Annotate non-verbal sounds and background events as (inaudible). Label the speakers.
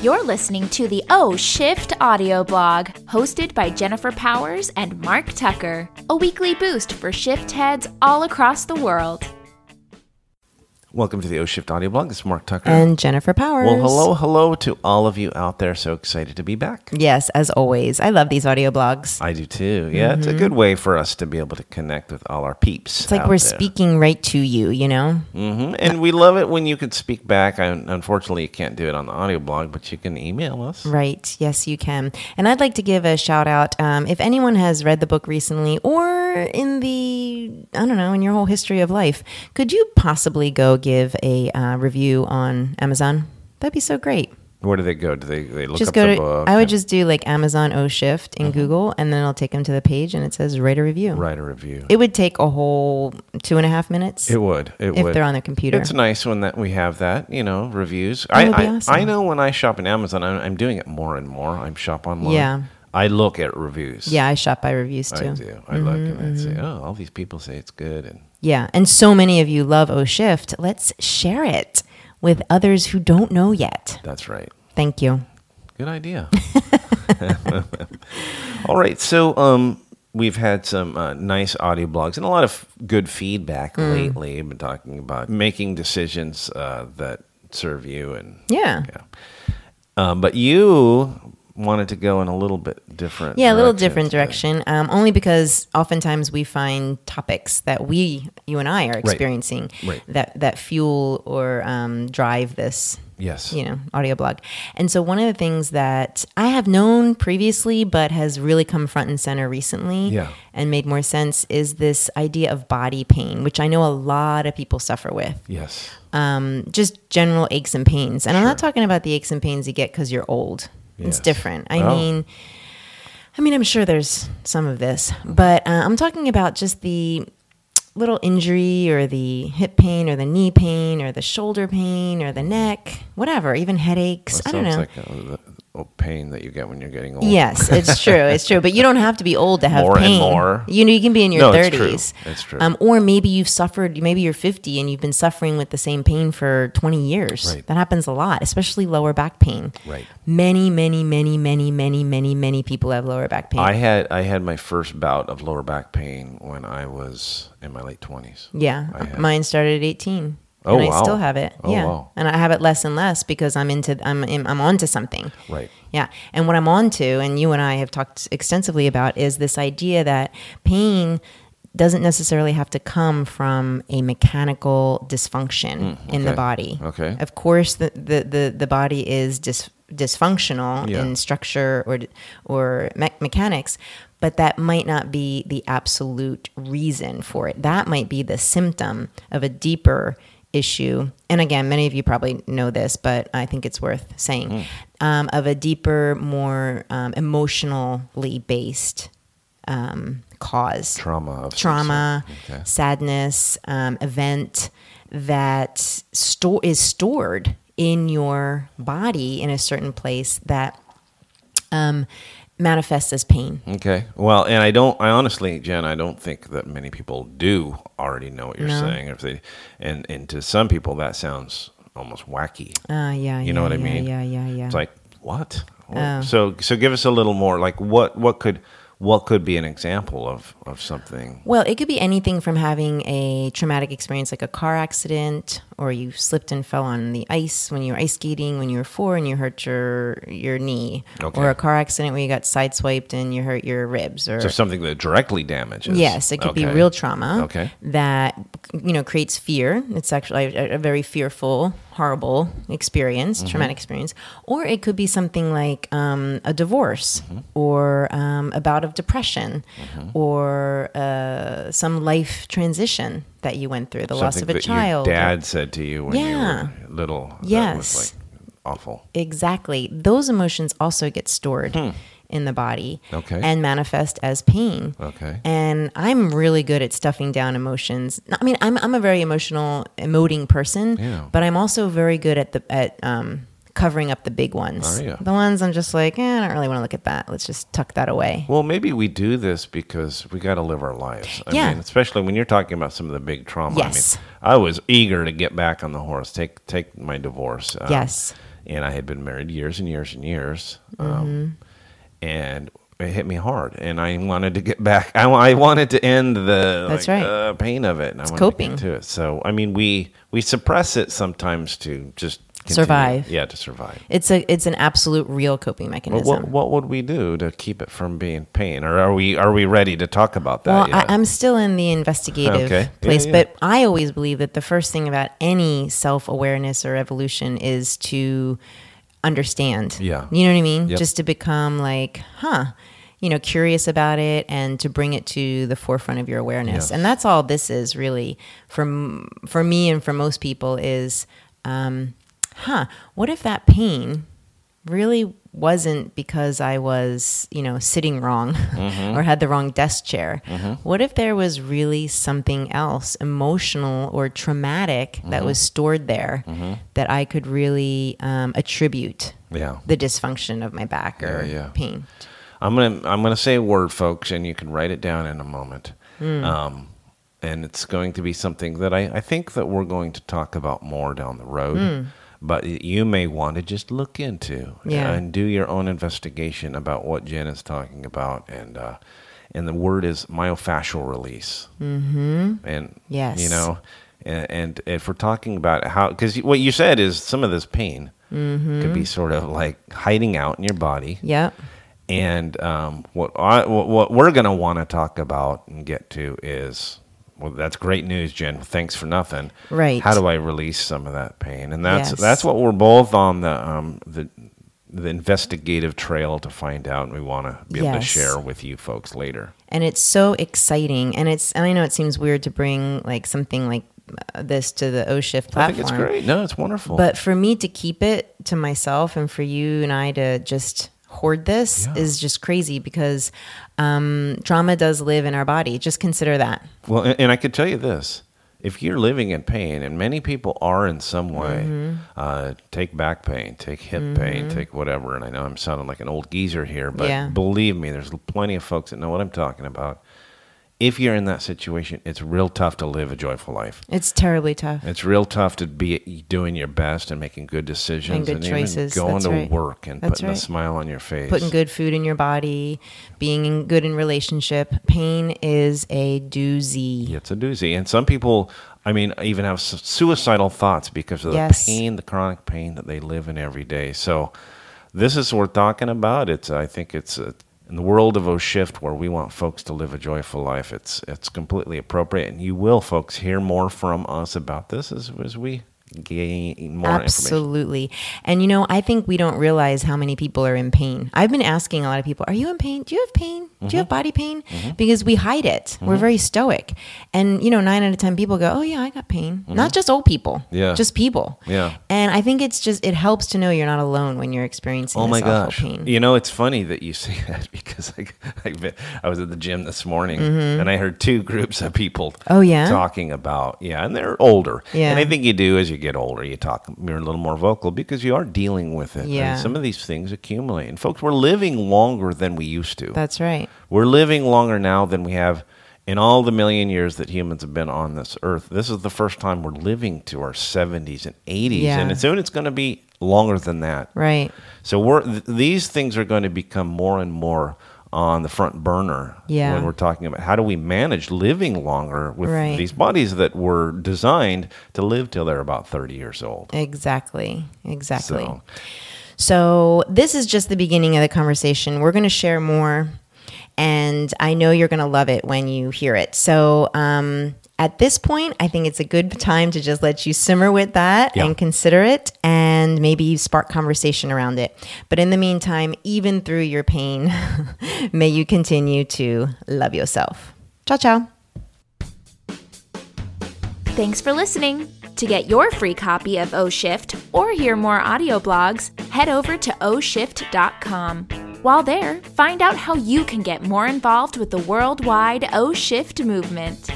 Speaker 1: You're listening to the O Shift audio blog, hosted by Jennifer Powers and Mark Tucker, a weekly boost for shift heads all across the world.
Speaker 2: Welcome to the O Shift Audio Blog. This is Mark Tucker.
Speaker 3: and Jennifer Powers.
Speaker 2: well, hello, hello to all of you out there. So excited to be back.
Speaker 3: Yes, as always. I love these audio blogs.
Speaker 2: I do too. Yeah, it's a good way for us to be able to connect with all our peeps.
Speaker 3: Mm-hmm. It's like we're speaking right to you, you know?
Speaker 2: hmm And we love it when you can speak back. I, unfortunately, you can't do it on the audio blog, but you can email us.
Speaker 3: Right. Yes, you can. And I'd like to give a shout out um, if anyone has read the book recently or in the, I don't know, in your whole history of life, could you possibly go give a uh, review on Amazon? That'd be so great.
Speaker 2: Where do they go? Do they, they look
Speaker 3: Just
Speaker 2: up
Speaker 3: go
Speaker 2: the
Speaker 3: to,
Speaker 2: book?
Speaker 3: I would
Speaker 2: and Mm-hmm.
Speaker 3: just do like Amazon O Shift in Google, and then it'll take them to the page and it says write a review.
Speaker 2: write a review.
Speaker 3: It would take a whole two and a half minutes
Speaker 2: It would. It
Speaker 3: if
Speaker 2: would.
Speaker 3: they're on their computer.
Speaker 2: It's nice when that we have that, you know, reviews. I,
Speaker 3: would be
Speaker 2: I,
Speaker 3: awesome.
Speaker 2: I know when I shop in Amazon, I'm, I'm doing it more and more. I'm shop online.
Speaker 3: Yeah.
Speaker 2: I look at reviews.
Speaker 3: Yeah, I shop by reviews
Speaker 2: I
Speaker 3: too. Mm-hmm,
Speaker 2: do. I look and I say, oh, all these people say it's good, and
Speaker 3: Yeah, and so many of you love O Shift. Let's share it with others who don't know yet.
Speaker 2: that's right.
Speaker 3: Thank you.
Speaker 2: Good
Speaker 3: (laughs)
Speaker 2: idea. (laughs) all right, so um, we've had some uh, nice audio blogs and a lot of good feedback
Speaker 3: Mm.
Speaker 2: lately. I've been talking about making decisions uh, that serve you and
Speaker 3: Yeah.
Speaker 2: Yeah. Um, but you wanted to go in a little bit different.
Speaker 3: Yeah, a little
Speaker 2: direction
Speaker 3: different
Speaker 2: today.
Speaker 3: direction, um, only because oftentimes we find topics that we, you and I, are experiencing
Speaker 2: Right.
Speaker 3: that that fuel or um, drive this
Speaker 2: Yes.
Speaker 3: you know, audio blog. And so one of the things that I have known previously, but has really come front and center recently
Speaker 2: Yeah.
Speaker 3: and made more sense is this idea of body pain, which I know a lot of people suffer with.
Speaker 2: Yes.
Speaker 3: Um, just general aches and pains. And I'm not talking about the aches and pains you get because you're old.
Speaker 2: Yes.
Speaker 3: It's different. I
Speaker 2: Oh.
Speaker 3: mean, I mean, I'm sure there's some of this, but uh, I'm talking about just the little injury or the hip pain or the knee pain or the shoulder pain or the neck, whatever, even headaches.
Speaker 2: That
Speaker 3: I don't
Speaker 2: sounds
Speaker 3: know.
Speaker 2: like a, a- a pain that you get when you're getting old.
Speaker 3: Yes,
Speaker 2: (laughs)
Speaker 3: it's true. It's true. But you don't have to be old to have
Speaker 2: More and
Speaker 3: pain.
Speaker 2: more.
Speaker 3: You know, you can be in your
Speaker 2: No, it's true.
Speaker 3: 30s.
Speaker 2: It's true.
Speaker 3: Um, or maybe you've suffered, maybe you're 50 and you've been suffering with the same pain for 20 years.
Speaker 2: Right.
Speaker 3: That happens a lot, especially lower back pain.
Speaker 2: Right.
Speaker 3: Many, many, many, many, many, many, many people have lower back pain.
Speaker 2: I had I had my first bout of lower back pain when I was in my late twenties.
Speaker 3: yeah.
Speaker 2: I had-
Speaker 3: Mine started at 18.
Speaker 2: Oh,
Speaker 3: and I
Speaker 2: wow.
Speaker 3: still have it.
Speaker 2: Oh,
Speaker 3: yeah.
Speaker 2: wow.
Speaker 3: And I have it less and less because I'm into I'm I'm onto something.
Speaker 2: Right.
Speaker 3: Yeah. And what I'm on to, and you and I have talked extensively about, is this idea that pain doesn't necessarily have to come from a mechanical dysfunction in the
Speaker 2: Mm, okay.
Speaker 3: body.
Speaker 2: Okay.
Speaker 3: Of course, the, the, the, the body is dys, dysfunctional
Speaker 2: Yeah.
Speaker 3: in structure or, or me- mechanics, but that might not be the absolute reason for it. That might be the symptom of a deeper issue. And again, many of you probably know this, but I think it's worth saying
Speaker 2: Mm.
Speaker 3: um, of a deeper, more um, emotionally based um, cause
Speaker 2: Trauma of some
Speaker 3: trauma,
Speaker 2: sort. Okay.
Speaker 3: sadness, um, event that sto- is stored in your body in a certain place that um, manifests as pain.
Speaker 2: Okay. Well, and I don't. I honestly, Jen, I don't think that many people do already know what you're
Speaker 3: No.
Speaker 2: saying. If they, and and to some people that sounds almost wacky.
Speaker 3: Uh, yeah,
Speaker 2: You know what I mean?
Speaker 3: Yeah, yeah, yeah. Oh.
Speaker 2: It's like what? So so give us a little more like what what could what could be an example of of something?
Speaker 3: Well, it could be anything from having a traumatic experience like a car accident, or you slipped and fell on the ice when you were ice skating when you were four and you hurt your your knee,
Speaker 2: Okay.
Speaker 3: or a car accident where you got sideswiped and you hurt your ribs, or
Speaker 2: So something that directly damages.
Speaker 3: Yes, it could be
Speaker 2: Okay.
Speaker 3: real trauma
Speaker 2: Okay.
Speaker 3: that you know creates fear. It's actually a, a very fearful, horrible experience,
Speaker 2: Mm-hmm.
Speaker 3: traumatic experience, or it could be something like um, a divorce
Speaker 2: Mm-hmm.
Speaker 3: or um, a bout of depression or uh, some life transition that you went through, the loss
Speaker 2: Something
Speaker 3: of a
Speaker 2: that
Speaker 3: child.
Speaker 2: Your dad said to you when
Speaker 3: Yeah.
Speaker 2: you were little. that was,
Speaker 3: Yes.
Speaker 2: like awful.
Speaker 3: Exactly. Those emotions also get stored in the body
Speaker 2: Hmm. Okay.
Speaker 3: and manifest as pain.
Speaker 2: Okay.
Speaker 3: And I'm really good at stuffing down emotions. No, I mean, I'm, I'm a very emotional, emoting person,
Speaker 2: Yeah.
Speaker 3: but I'm also very good at the at um, covering up the big ones.
Speaker 2: Are you?
Speaker 3: The ones I'm just like, eh, I don't really want to look at that. Let's just tuck that away.
Speaker 2: Well, maybe we do this because we got to live our lives. I
Speaker 3: Yeah.
Speaker 2: mean, especially when you're talking about some of the big trauma.
Speaker 3: Yes.
Speaker 2: I mean, I was eager to get back on the horse, take take my divorce. um,
Speaker 3: Yes.
Speaker 2: And I had been married years and years and years,
Speaker 3: Mm-hmm.
Speaker 2: um, and it hit me hard. And I wanted to get back. I, wa- I wanted to end the
Speaker 3: That's
Speaker 2: like,
Speaker 3: right.
Speaker 2: uh, pain of it. And I wanted to,
Speaker 3: coping.
Speaker 2: get to it. So I mean, we we suppress it sometimes to just continue-
Speaker 3: Survive.
Speaker 2: Yeah, to survive.
Speaker 3: It's a it's an absolute real coping
Speaker 2: But
Speaker 3: mechanism.
Speaker 2: what what would we do to keep it from being pain, or are we are we ready to talk about that?
Speaker 3: Well,
Speaker 2: yet?
Speaker 3: I, I'm still in the investigative
Speaker 2: Okay. Yeah,
Speaker 3: place,
Speaker 2: yeah.
Speaker 3: but I always believe that the first thing about any self awareness or evolution is to understand.
Speaker 2: Yeah.
Speaker 3: You know what I mean?
Speaker 2: Yep.
Speaker 3: Just to become like, huh, you know, curious about it and to bring it to the forefront of your awareness.
Speaker 2: Yes.
Speaker 3: And that's all this is really for, m- for me and for most people is, um, huh, what if that pain really wasn't because I was, you know, sitting wrong (laughs) or had the wrong desk chair. What if there was really something else, emotional or traumatic, that was stored there that I could really um, attribute
Speaker 2: yeah,
Speaker 3: the dysfunction of my back or
Speaker 2: Yeah, yeah.
Speaker 3: pain?
Speaker 2: I'm gonna I'm gonna say a word, folks, and you can write it down in a moment.
Speaker 3: Hmm.
Speaker 2: Um, and it's going to be something that I, I think that we're going to talk about more down the road.
Speaker 3: Hmm.
Speaker 2: But y- you may want to just look into
Speaker 3: Yeah.
Speaker 2: and do your own investigation about what Jen is talking about, and uh, and the word is myofascial release. Mm-hmm. And
Speaker 3: Yes.
Speaker 2: you know, and, and if we're talking about how, because what you said is some of this pain
Speaker 3: Mm-hmm.
Speaker 2: could be sort of like hiding out in your body.
Speaker 3: Yep.
Speaker 2: And um, what I what, what we're going to want to talk about and get to is well, that's great news, Jen. Thanks for nothing.
Speaker 3: Right.
Speaker 2: How do I release some of that pain? And that's
Speaker 3: Yes.
Speaker 2: that's what we're both on the um, the the investigative trail to find out. And we want to be able to
Speaker 3: Yes.
Speaker 2: share with you folks later.
Speaker 3: and it's so exciting and it's and i know it seems weird to bring like something like uh, this to the o shift
Speaker 2: I
Speaker 3: platform
Speaker 2: think it's great. No, it's wonderful.
Speaker 3: but for me to keep it to myself and for you and i to just hoard this
Speaker 2: Yeah.
Speaker 3: is just crazy because um, trauma does live in our body just consider that
Speaker 2: Well, and, and I could tell you this: if you're living in pain, and many people are in some way,
Speaker 3: Mm-hmm.
Speaker 2: uh, take back pain, take hip pain, take whatever. And I know I'm sounding like an old geezer here, but
Speaker 3: Yeah.
Speaker 2: believe me, there's plenty of folks that know what I'm talking about. If you're in that situation, it's real tough to live a joyful life.
Speaker 3: it's terribly tough
Speaker 2: It's real tough to be doing your best and making good decisions
Speaker 3: good
Speaker 2: even
Speaker 3: choices.
Speaker 2: going
Speaker 3: That's
Speaker 2: to
Speaker 3: right.
Speaker 2: work and
Speaker 3: That's
Speaker 2: putting a
Speaker 3: right.
Speaker 2: smile on your face.
Speaker 3: putting good food in your body being in- good in relationship pain is a doozy
Speaker 2: Yeah, It's a doozy. And some people, I mean, even have su- suicidal thoughts because of the
Speaker 3: Yes.
Speaker 2: pain, the chronic pain that they live in every day. So this is what we're talking about. It's, I think it's uh in the world of O Shift where we want folks to live a joyful life. It's, it's completely appropriate. And you will, folks, hear more from us about this as, as we gain more information.
Speaker 3: Absolutely. And you know, I think we don't realize how many people are in pain. I've been asking a lot of people, are you in pain? Do you have pain? Do you
Speaker 2: Mm-hmm.
Speaker 3: have body pain? Because we hide it. We're very stoic. And you know, 9 out of 10 people go, "Oh yeah, I got pain." Not just old people.
Speaker 2: Mm-hmm. Yeah.
Speaker 3: Just people.
Speaker 2: Yeah.
Speaker 3: And I think it's just it helps to know you're not alone when you're experiencing
Speaker 2: Oh my
Speaker 3: this awful
Speaker 2: gosh!
Speaker 3: pain.
Speaker 2: You know it's funny that you (laughs) say that because I, I've been, I was at the gym this morning and I heard two groups of people.
Speaker 3: Mm-hmm. Oh, yeah?
Speaker 2: talking about yeah, and they're older.
Speaker 3: Yeah.
Speaker 2: and I think you do as you get older, you talk, you're a little more vocal because you are dealing with it. And
Speaker 3: Yeah.
Speaker 2: some of these things accumulate, and folks, we're living longer than we used to.
Speaker 3: That's right.
Speaker 2: We're living longer now than we have in all the million years that humans have been on this earth. This is the first time we're living to our 70s and 80s,
Speaker 3: Yeah.
Speaker 2: and soon it's going to be longer than that.
Speaker 3: Right.
Speaker 2: So we're th- these things are going to become more and more on the front burner
Speaker 3: Yeah.
Speaker 2: when we're talking about how do we manage living longer with
Speaker 3: Right.
Speaker 2: these bodies that were designed to live till they're about 30 years old.
Speaker 3: Exactly. Exactly.
Speaker 2: So
Speaker 3: So, this is just the beginning of the conversation. We're going to share more, and I know you're going to love it when you hear it. So, um, at this point, I think it's a good time to just let you simmer with that
Speaker 2: Yeah.
Speaker 3: and consider it, and maybe spark conversation around it. But in the meantime, even through your pain, (laughs) may you continue to love yourself. Ciao, ciao.
Speaker 1: Thanks for listening. To get your free copy of O Shift or hear more audio blogs, head over to oshift.com. While there, find out how you can get more involved with the worldwide O Shift movement.